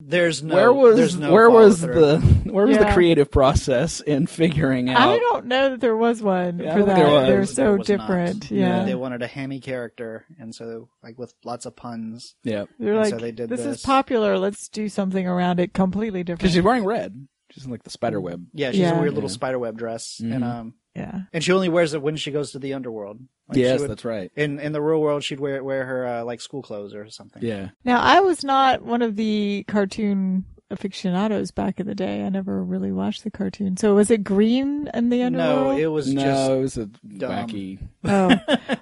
S4: There's no
S5: where was
S4: there's no
S5: where was
S4: follow-through.
S5: the where was the
S3: Yeah.
S5: creative process in figuring out?
S3: I don't know that there was one
S5: Yeah, I
S3: for
S5: don't
S3: that.
S5: think there was.
S3: They're
S4: There
S3: so
S4: was not.
S3: different.
S5: Yeah.
S3: Yeah.
S4: They wanted a hammy character, and so like with lots of puns.
S5: yeah,
S3: They're
S4: And
S3: like,
S4: so they did
S3: this,
S4: this.
S3: is popular. Let's do something around it completely
S5: because
S3: different.
S5: she's wearing red. She's in like the spider web.
S4: Yeah, she's a
S3: Yeah.
S4: weird little
S5: Yeah.
S4: spiderweb dress,
S5: Mhm.
S4: and um,
S3: yeah.
S4: and she only wears it when she goes to the underworld. Like, she
S5: yes,
S4: would-
S5: that's right.
S4: in in the real world, she'd wear wear her uh, like school clothes or something.
S5: Yeah,
S3: Now, I was not one of the cartoon aficionados back in the day. I never really watched the cartoon. So was it green in the
S4: No,
S3: underworld?
S4: it was just
S5: no, it was a
S4: dumb.
S5: wacky
S3: oh.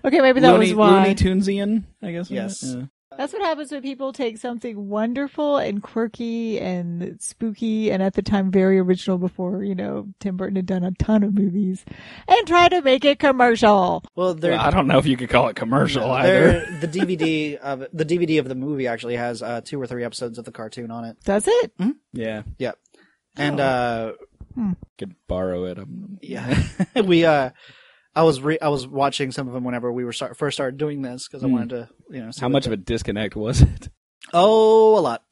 S3: Okay, maybe that
S5: Looney,
S3: was why.
S5: Looney Tunesian, I guess. was it?
S4: Yes.
S5: Yeah.
S3: That's what happens when people take something wonderful and quirky and spooky and at the time very original before, you know, Tim Burton had done a ton of movies and try to make it commercial.
S4: well, they're
S5: Well, I don't know if you could call it commercial
S4: No,
S5: either.
S4: there- The DVD of the DVD of the movie actually has uh, two or three episodes of the cartoon on it,
S3: Does it?
S5: Yeah,
S4: and uh,
S5: could borrow it. Um,
S4: yeah, we uh, I was re- I was watching some of them whenever we were start- first started doing this because I
S5: Hmm.
S4: wanted to you know see
S5: How
S4: what
S5: much
S4: the-
S5: of a disconnect was it?
S4: Oh, a lot.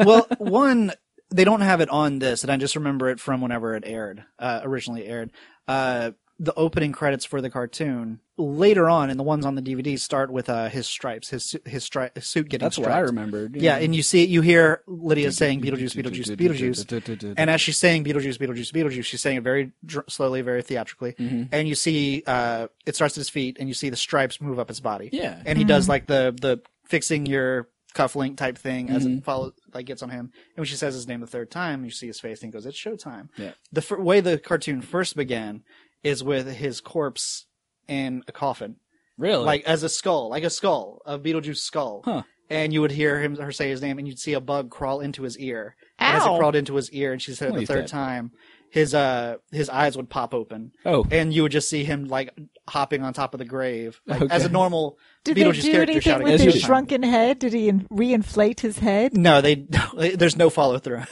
S4: well, one, they don't have it on this, and I just remember it from whenever it aired, uh, originally aired. Uh, the opening credits for the cartoon later on, and the ones on the DVD start with uh, his stripes, his su- his, stri- his suit getting
S5: That's what
S4: striped.
S5: I remembered.
S4: Yeah, and you see, you hear Lydia saying Beetlejuice, Beetlejuice, Beetlejuice, and as she's saying Beetlejuice, Beetlejuice, Beetlejuice, she's saying it very dr- slowly, very theatrically,
S5: Mhm.
S4: and you see uh, it starts at his feet, and you see the stripes move up his body
S5: yeah,
S4: and he does like the the fixing your cufflink type thing as it follows like gets on him and when she says his name the third time you see his face and he goes it's showtime
S5: Yeah.
S4: the f- way the cartoon first began is with his corpse in a coffin
S5: really,
S4: like as a skull like a skull a beetlejuice skull
S5: Huh.
S4: and you would hear him her say his name and you'd see a bug crawl into his ear and as it
S3: Ow.
S4: crawled into his ear and she said
S5: Well,
S4: it the
S5: he's
S4: third
S5: dead.
S4: time his uh his eyes would pop open
S5: oh,
S4: and you would just see him like hopping on top of the grave like,
S5: Okay.
S4: as a normal
S3: Did
S4: Beetlejuice
S3: they do
S4: character
S3: anything
S4: shouting
S3: with
S5: at
S3: his
S5: you.
S3: shrunken head? Did he in- reinflate his head?
S4: No, they. There's no follow through.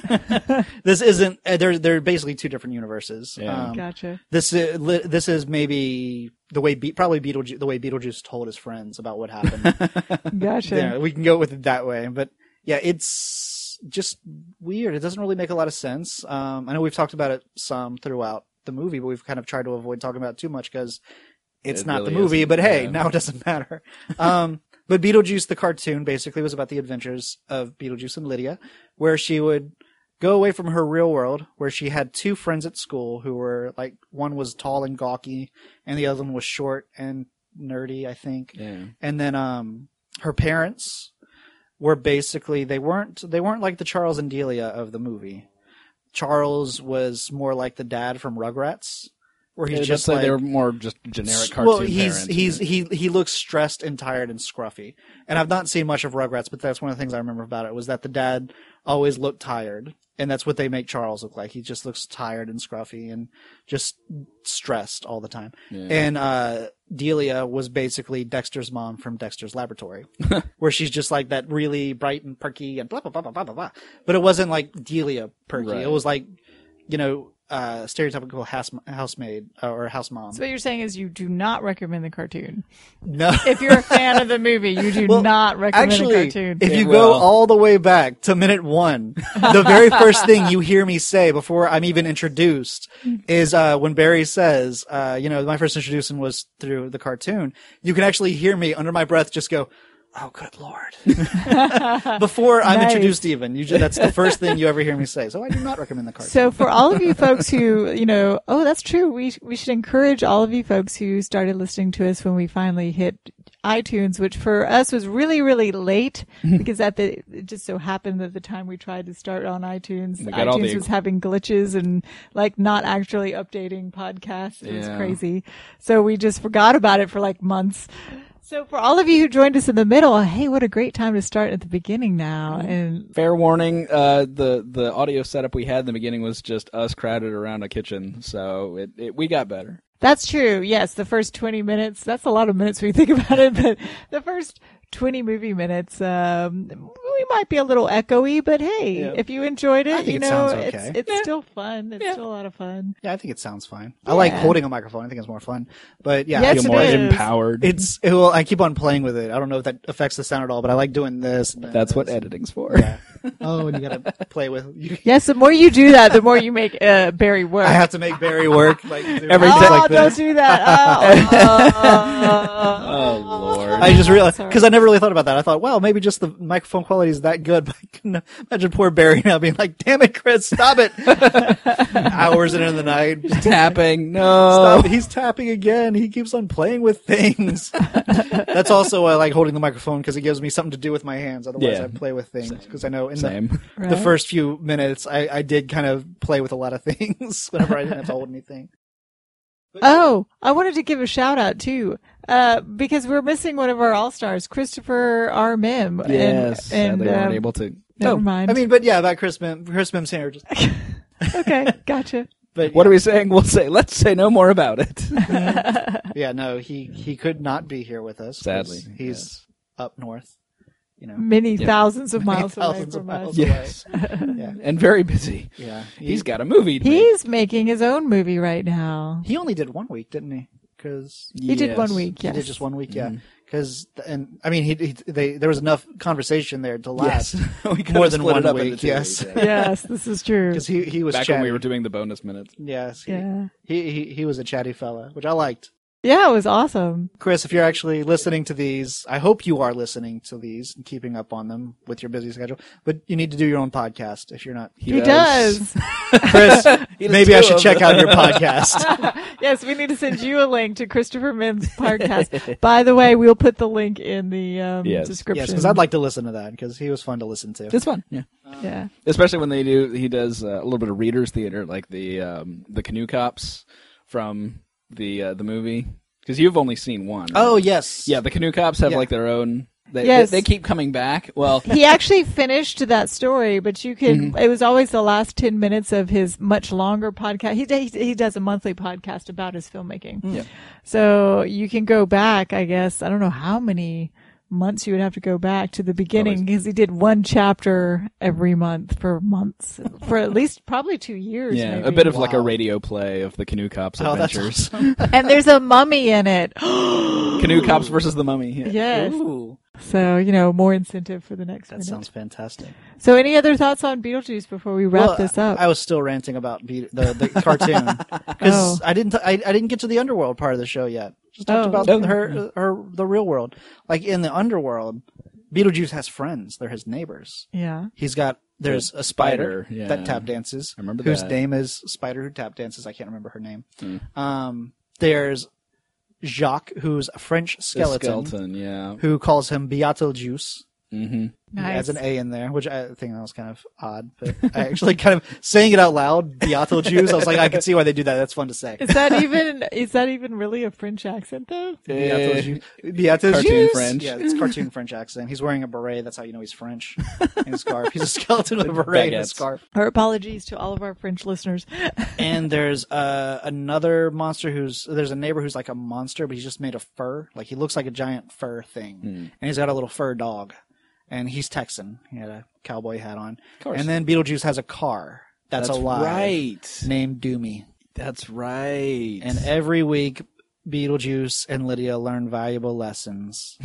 S4: this isn't. uh, They're they're basically two different universes.
S5: Yeah.
S4: Um,
S3: Gotcha.
S4: this is li- this is maybe the way Be- probably Beetlejuice the way Beetlejuice told his friends about what happened.
S3: Gotcha.
S4: yeah, we can go with it that way, but yeah, it's just weird. It doesn't really make a lot of sense. Um, I know we've talked about it some throughout the movie, but we've kind of tried to avoid talking about it too much because it's
S5: It
S4: not the
S5: really
S4: movie.
S5: isn't,
S4: But hey,
S5: yeah.
S4: now it doesn't matter. Um, but Beetlejuice, the cartoon, basically was about the adventures of Beetlejuice and Lydia, where she would go away from her real world, where she had two friends at school who were like one was tall and gawky, and the other one was short and nerdy, I think
S5: yeah,
S4: and then um her parents were basically they weren't they weren't like the Charles and Delia of the movie. Charles was more like the dad from Rugrats, where he's
S5: Yeah,
S4: just
S5: that's like,
S4: like
S5: they were more just generic cartoon
S4: well, he's
S5: parents.
S4: he's he he looks stressed and tired and scruffy. And I've not seen much of Rugrats, but that's one of the things I remember about it was that the dad always looked tired, and that's what they make Charles look like. He just looks tired and scruffy and just stressed all the time.
S5: Yeah.
S4: And uh, Delia was basically Dexter's mom from Dexter's Laboratory, where she's just like that really bright and perky and blah blah blah blah blah blah. blah. But it wasn't like Delia perky.
S5: Right.
S4: It was like you know. Uh, stereotypical house housemaid uh, or house mom.
S3: So what you're saying is you do not recommend the cartoon.
S4: no,
S3: If you're a fan of the movie, you do
S4: Well,
S3: not recommend the
S4: Actually,
S3: cartoon.
S4: if you
S5: Yeah,
S4: go
S5: well.
S4: all the way back to minute one, the very first thing you hear me say before I'm even introduced is uh, when Barry says, uh, "You know, my first introduction was through the cartoon." You can actually hear me under my breath just go, Oh, good lord! Before I'm
S3: Nice.
S4: introduced, even you, ju- that's the first thing you ever hear me say. So I do not recommend the cartoon.
S3: So for all of you folks who, you know, oh, that's true. We we should encourage all of you folks who started listening to us when we finally hit iTunes, which for us was really really late
S5: Mm-hmm.
S3: because at the it just so happened that the time we tried to start on iTunes,
S5: We got all
S3: iTunes
S5: the-
S3: was having glitches and like not actually updating podcasts. It was
S5: Yeah.
S3: crazy. So we just forgot about it for like months. So for all of you who joined us in the middle, hey, what a great time to start at the beginning now.
S5: Mm-hmm.
S3: And
S5: Fair warning, uh, the the audio setup we had in the beginning was just us crowded around a kitchen, so it, it we got better.
S3: That's true. Yes, the first 20 minutes. That's a lot of minutes when you think about it, but the first 20 movie minutes, um, we might be a little echoey, but hey,
S4: Yeah.
S3: if you enjoyed it,
S4: think
S3: you
S4: it
S3: know,
S4: sounds
S3: it's,
S4: okay.
S3: it's still fun. It's still a lot of fun.
S4: yeah, I think it sounds fine. I like
S3: Yeah.
S4: holding a microphone. I think it's more fun. But yeah,
S3: Yes,
S4: I feel
S3: it
S4: more
S3: is.
S5: empowered.
S4: It's it will, I keep on playing with it. I don't know if that affects the sound at all, but I like doing this. and then
S5: That's what
S4: this.
S5: editing's for.
S4: Yeah. Oh, and you gotta play with. You,
S3: Yes, the more you do that, the more you make uh, Barry work.
S4: I have to make Barry work. Like do
S5: Every
S4: things
S3: oh,
S5: time-
S4: like
S3: don't
S4: this.
S3: do that. Oh,
S5: Oh lord.
S4: I just realized
S3: Sorry.
S4: because I never really thought about that. I thought, wow, maybe just the microphone quality is that good. But I couldn't imagine poor Barry now being like, "Damn it, Chris, stop it!" Hours into the night,
S5: tapping. No.
S4: stop. He's tapping again. He keeps on playing with things. That's also why I like holding the microphone because it gives me something to do with my hands. Otherwise,
S5: Yeah.
S4: I play with things because I know in
S5: Same.
S4: the
S3: Right.
S4: the first few minutes, I, I did kind of play with a lot of things whenever I didn't have to hold anything.
S3: Oh, I wanted to give a shout out too, uh, because we're missing one of our all stars, Christopher R. Mim. And-
S5: Yes.
S3: and,
S5: they weren't
S3: um,
S5: able to.
S3: Never
S4: Oh,
S3: mind.
S4: I mean, but yeah, about Chris Mim, Chris Mim's here. Just,
S3: okay, gotcha.
S4: but
S5: What are we saying? We'll say. Let's say no more about it.
S4: Yeah, no, he he could not be here with us. 'cause
S5: Sadly,
S4: he's up north. You know,
S3: many thousands of miles away
S4: thousands
S3: from
S4: of
S3: us.
S4: miles away.
S5: yes. And very busy.
S4: Yeah, he,
S5: He's got a movie. To make.
S3: He's making his own movie right now.
S4: he only did one week, didn't he? Because
S3: He did one week. Yes.
S4: he did just one week. Yeah,
S5: Mm-hmm.
S4: because and I mean, he, he they there was enough conversation there to last
S5: Yes. we could
S4: more
S5: have
S4: than
S5: split
S4: one
S5: it up into
S4: week.
S5: two
S4: yes,
S5: weeks, yeah.
S3: yes, this is true.
S4: because he he was
S5: Back
S4: chatty.
S5: when we were doing the bonus minutes.
S4: yes, he,
S3: Yeah.
S4: he he he was a chatty fella, which I liked.
S3: Yeah, it was awesome.
S4: Chris, if you're actually listening to these, I hope you are listening to these and keeping up on them with your busy schedule. But you need to do your own podcast if you're not.
S3: He does.
S4: Chris,
S5: does
S4: maybe I
S5: two
S4: should
S5: of
S4: check out your podcast.
S3: yes, we need to send you a link to Christopher Mims' podcast. By the way, we'll put the link in the um,
S5: Yes.
S3: description.
S4: yes, because I'd like to listen to that because he was fun to listen to.
S5: It's fun. Yeah.
S3: Yeah.
S5: especially when they do he does uh, a little bit of readers theater like the um, the canoe cops from the uh, the movie because you've only seen one right?
S4: Oh yes,
S5: yeah the canoe cops have
S4: Yeah.
S5: like their own they,
S3: Yes.
S5: they, they keep coming back well
S3: he actually finished that story, but you can.
S5: Mm-hmm.
S3: It was always the last ten minutes of his much longer podcast. He d- he does a monthly podcast about his filmmaking.
S5: Mm.
S3: So you can go back. I guess I don't know how many months you would have to go back to the beginning because he did one chapter every month for months for at least probably two years.
S5: yeah
S3: maybe.
S5: a bit of like a
S4: Wow.
S5: radio play of the canoe cops
S4: Oh, that's
S5: adventures
S3: and there's a mummy in it.
S5: canoe cops versus the mummy yeah.
S3: yes. So you know more incentive for the next
S4: that
S3: minute.
S4: sounds fantastic.
S3: so any other thoughts on Beetlejuice before we wrap
S4: Well,
S3: this up?
S4: I was still ranting about be- the the cartoon because I didn't I I, I didn't get to the underworld part of the show yet. Just talked
S3: Oh,
S4: about
S5: okay.
S4: her her the real world. Like in the underworld, Beetlejuice has friends. They're his neighbors.
S3: yeah.
S4: He's got there's a spider,
S5: Spider, yeah.
S4: that tap dances.
S5: I remember
S4: whose
S5: that. Hmm.
S4: name is Spider who tap dances. I can't remember her name. Um, there's Jacques, who's a French
S5: The
S4: skeleton,
S5: skeleton yeah
S4: who calls him Beetlejuice.
S5: hmm
S4: He
S3: Nice.
S4: adds an A in there, which I think that was kind of odd, but I actually kind of saying it out loud, Beetlejuice. I was like, I can see why they do that. That's fun to say.
S3: Is that even is that even really a French accent though?
S4: Beetlejuice. Beetlejuice.
S5: Cartoon French.
S4: Yeah, it's cartoon French accent. He's wearing a beret. That's how you know he's French. And a scarf. He's a skeleton with a beret and a
S5: Baguettes.
S4: scarf.
S3: Our apologies to all of our French listeners.
S4: And there's uh, another monster who's there's a neighbor who's like a monster, but he's just made of fur. Like he looks like a giant fur thing,
S5: Hmm.
S4: and he's got a little fur dog, and he's Texan. He had a cowboy hat on.
S5: course.
S4: And then Beetlejuice has a car that's,
S5: that's
S4: alive
S5: right
S4: named Doomy,
S5: that's right
S4: and every week Beetlejuice and Lydia learn valuable lessons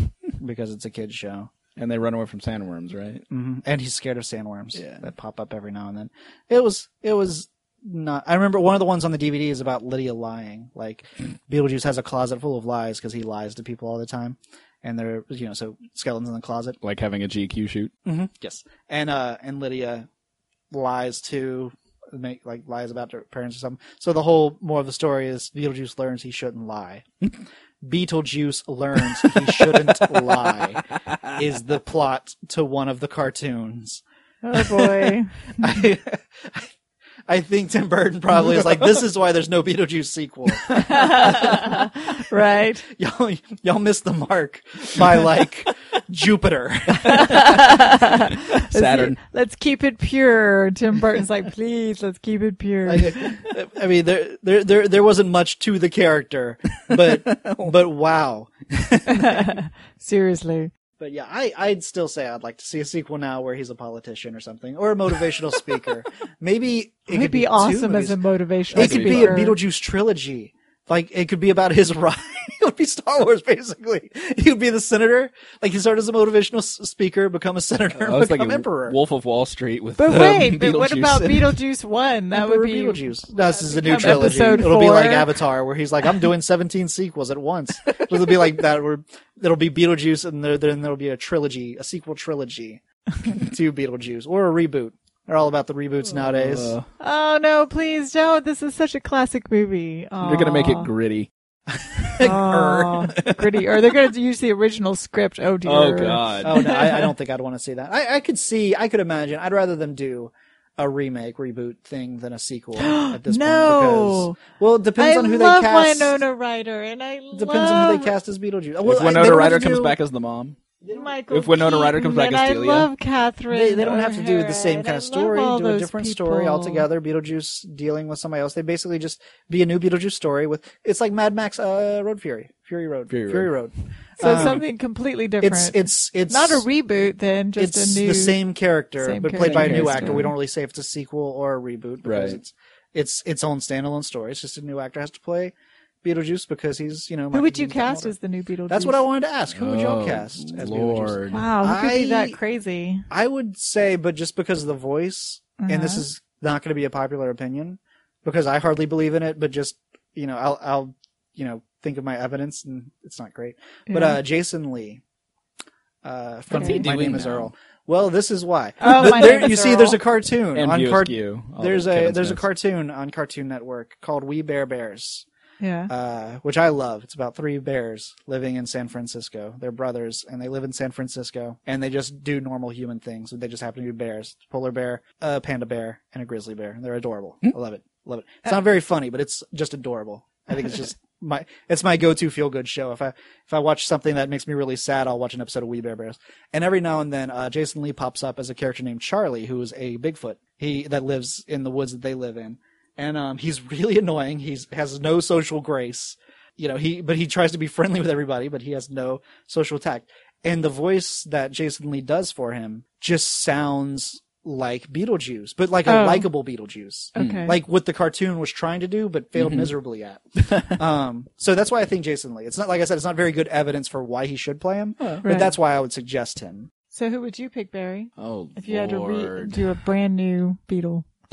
S4: because it's a kids show.
S5: and they run away from sandworms right
S4: hmm And he's scared of sandworms
S5: Yeah.
S4: that pop up every now and then. It was it was not. I remember one of the ones on the DVD is about Lydia lying. Like Beetlejuice has a closet full of lies because he lies to people all the time, and they're you know so skeletons in the closet.
S5: Like having a GQ shoot.
S4: Yes, and uh, and Lydia lies to make like lies about her parents or something. So the whole more of the story is Beetlejuice learns he shouldn't lie. Beetlejuice learns he shouldn't lie is the plot to one of the cartoons.
S3: Oh boy.
S4: I, I think Tim Burton probably is like, this is why there's no Beetlejuice sequel.
S3: right.
S4: Y'all, y'all missed the mark by like Jupiter.
S3: Let's see-
S5: Saturn.
S3: Let's keep it pure. Tim Burton's like, please, let's keep it pure.
S4: Like, I mean, there, there, there, there wasn't much to the character, but, but wow.
S3: Seriously.
S4: But yeah, I, I'd still say I'd like to see a sequel now where he's a politician or something, or a motivational speaker. Maybe it
S3: It'd
S4: could be,
S3: be
S4: two
S3: awesome as
S4: movies.
S3: a motivational
S4: It could be a
S3: speaker.
S4: Beetlejuice trilogy. Like it could be about his ride. it would be Star Wars, basically. He would be the senator. Like he started as a motivational s- speaker, become Oh, a senator,
S5: I was
S4: become
S5: thinking
S4: emperor.
S5: Wolf of Wall Street with
S3: But
S5: um,
S3: wait, but what
S5: Beetlejuice
S3: about
S5: in it.
S3: Beetlejuice 1? That would
S4: Emperor
S3: be
S4: Beetlejuice. No, this is a new
S3: become
S4: trilogy.
S3: episode
S4: It'll be
S3: four.
S4: like Avatar, where he's like, "I'm doing 17 sequels at once." It'll be like that. Where it'll be Beetlejuice, and there, then there'll be a trilogy, a sequel trilogy to Beetlejuice, or a reboot. They're all about the reboots nowadays.
S5: Uh,
S3: Oh no, please don't. This is such a classic movie.
S5: Uh, You're gonna make it gritty.
S3: Aw, gritty. Or they're gonna use the original script. Oh dear.
S5: Oh god.
S4: oh no, I, I don't think I'd want to see that. I, I could see, I could imagine. I'd rather them do a remake reboot thing than a sequel at this
S3: No.
S4: point. Because, well, it depends
S3: I
S4: on who they
S3: love
S4: cast.
S3: Winona Ryder, and I
S4: Depends
S3: love
S4: on who they cast as Beetlejuice. Well,
S5: if
S4: I- they
S5: Winona
S4: don't have
S5: Ryder
S4: to
S5: comes
S4: do-
S5: back as the mom,
S3: Michael
S5: If Winona Ryder comes
S3: Keaton,
S5: back as
S3: and
S5: Delia.
S3: I love Catherine.
S4: They, they don't have to do the
S3: O'Hara,
S4: same
S3: and I
S4: kind of
S3: love
S4: story.
S3: all
S4: Do a
S3: those
S4: different
S3: people.
S4: story altogether. Beetlejuice dealing with somebody else. They basically just be a new Beetlejuice story with. It's like Mad Max uh, Road Fury, Fury Road,
S5: Fury Road.
S4: Road.
S3: So
S4: Um,
S3: something completely different.
S4: It's it's it's
S3: not a reboot, then just
S4: it's
S3: a new.
S4: the same character,
S3: same
S4: but played by a
S5: character.
S4: new
S5: Same
S4: actor. We don't really say if it's a sequel or a reboot because
S5: Right.
S4: it's it's its own standalone story. It's just a new actor has to play Beetlejuice because he's you know.
S3: Who
S4: Michael
S3: would you
S4: Keaton's gotten
S3: cast
S4: older.
S3: as the new Beetlejuice?
S4: That's what I wanted to ask. Who would y'all
S5: Oh,
S4: cast as Beetlejuice?
S5: Lord.
S3: Wow, who could be
S4: I-
S3: that crazy?
S4: I would say, but just because of the voice, and this
S3: Uh-huh.
S4: is not going to be a popular opinion because I hardly believe in it, but just you know, I'll I'll you know think of my evidence, and it's not great. But
S3: Uh-huh. Yeah.
S4: uh, Jason Lee, uh, from
S3: What's he
S4: My
S5: doing
S4: Name Is
S5: now?
S4: Earl. Well, this is why.
S3: Oh,
S4: Th-
S3: My
S4: there-
S3: Name Is
S4: you see,
S3: Earl.
S4: there's a cartoon on
S5: MGSQ,
S4: cart-
S5: all
S4: There's
S5: the
S4: a
S5: Oh, Kevin
S4: there's a
S5: Smiths.
S4: cartoon on Cartoon Network called We Bear Bears
S3: yeah.
S4: uh, which I love. It's about three bears living in San Francisco. They're brothers, and they live in San Francisco, and they just do normal human things. They just happen to be bears: polar bear, a panda bear, and a grizzly bear. And they're adorable. I love it. Love it. It's not very funny, but it's just adorable. I think it's just my it's my go-to feel-good show. If I if I watch something that makes me really sad, I'll watch an episode of We Bear Bears. And every now and then, uh, Jason Lee pops up as a character named Charlie, who is a Bigfoot. He that lives in the woods that they live in and um, he's really annoying. He's has no social grace, you know. He but he tries to be friendly with everybody, but he has no social tact. And the voice that Jason Lee does for him just sounds like Beetlejuice, but like a
S3: Oh.
S4: likable Beetlejuice,
S3: Okay.
S4: Mm,
S3: Mm-hmm.
S4: like what the cartoon was trying to do but failed miserably at. um, so that's why I think Jason Lee. It's not like I said, it's not very good evidence for why he should play him, but
S3: Oh, Right.
S4: that's why I would suggest him.
S3: So who would you pick, Barry?
S5: Oh,
S3: If you had to re-
S5: Lord.
S3: do a brand new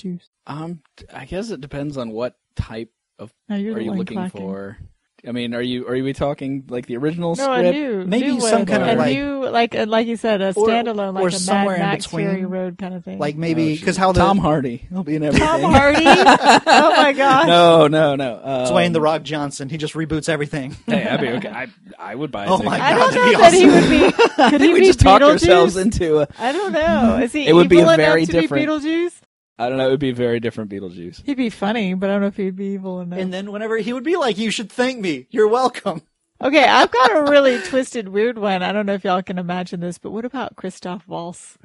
S3: Beetlejuice.
S5: um, I guess it depends on what type of
S3: Now you're
S5: are
S3: the
S5: you
S3: one
S5: looking
S3: clacking.
S5: for. I mean, are you are we talking like the original
S3: No,
S5: script?
S3: a new,
S4: Maybe
S3: new
S4: some
S3: one.
S4: kind
S5: of
S3: a
S5: like-
S3: new, like, uh, like you said, a
S4: Or-
S3: standalone, like
S4: or
S3: a
S4: somewhere in
S3: Mad Max
S4: between.
S3: Fury Road kind of thing.
S4: Like
S5: Oh,
S4: maybe
S5: shoot.
S4: because how the
S5: Tom Hardy, he'll be in everything.
S3: Tom Hardy. oh my gosh.
S5: No, no, no. Uh,
S4: Dwayne the Rock Johnson, he just reboots everything.
S5: Hey, I'd be okay. I I would buy.
S4: Oh
S5: it.
S4: my
S3: I don't
S4: God,
S3: know
S4: that'd be
S3: that he
S4: awesome.
S3: would be. Could he
S5: we
S3: be
S5: just talked
S3: Beetlejuice?
S5: ourselves into a.
S3: I don't know. Is he
S5: It would be
S3: evil
S5: a
S3: enough
S5: very
S3: to
S5: different-
S3: be Beetlejuice?
S5: I don't know. It would be very different Beetlejuice.
S3: He'd be funny, but I don't know if he'd be evil enough.
S4: And then whenever he would be like, "You should thank me. You're welcome."
S3: okay, I've got a really twisted, weird one. I don't know if y'all can imagine this, but what about Christoph Waltz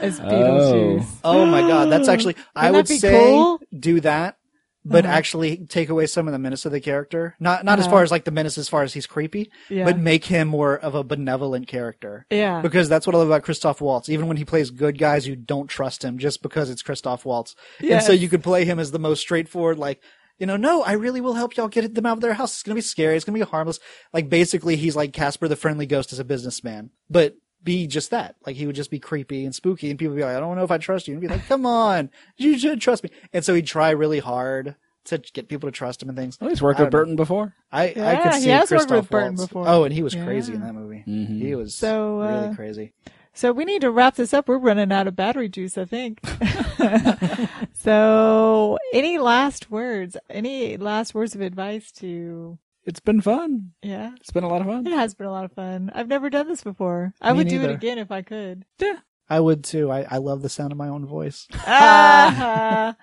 S3: as Beetlejuice?
S4: Oh my god, that's actually I
S3: Wouldn't
S4: would
S3: that be
S4: say
S3: cool?
S4: do that, but
S3: Uh-huh.
S4: actually take away some of the menace of the character. Not not as
S3: Uh-huh.
S4: far as like the menace as far as he's creepy,
S3: Yeah.
S4: but make him more of a benevolent character.
S3: Yeah.
S4: Because that's what I love about Christoph Waltz. Even when he plays good guys, you don't trust him just because it's Christoph Waltz. And so
S3: Yes.
S4: you could play him as the most straightforward, like, you know, no, I really will help y'all get them out of their house. It's going to be scary. It's going to be harmless. Like, basically, he's like Casper the Friendly Ghost as a businessman, but be just that. Like, he would just be creepy and spooky, and people would be like, I don't know if I trust you. And he'd be like, come on, you should trust me. And so he'd try really hard to get people to trust him and things.
S5: Well, he's worked
S4: I
S5: with
S4: don't know.
S5: Burton before.
S4: I, I
S3: Yeah,
S4: could
S3: he
S4: see
S3: has worked
S4: Christoph
S3: with Burton
S4: Waltz.
S3: before.
S4: Oh, and he was
S3: Yeah.
S4: crazy in that movie.
S5: Mhm.
S4: He was
S3: So, uh,
S4: really crazy.
S3: So we need to wrap this up. We're running out of battery juice, I think. so any last words, any last words of advice to,
S5: It's been fun.
S3: yeah,
S5: It's been a lot of
S3: it
S5: fun.
S3: has been a lot of fun. I've never done this before. I
S4: Me
S3: would do
S4: neither.
S3: it again if I could.
S4: I would too. I, I love the sound of my own voice.
S3: Ah.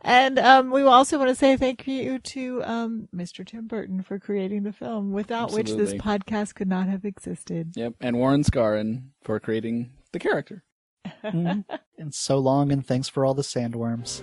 S3: and um, we also want to say thank you to um, Mr. Tim Burton for creating the film, without which
S5: Absolutely.
S3: this podcast could not have existed.
S5: Yep. And Warren Scarron for creating the character.
S4: Mm-hmm. Mhm. and so long, and thanks for all the sandworms.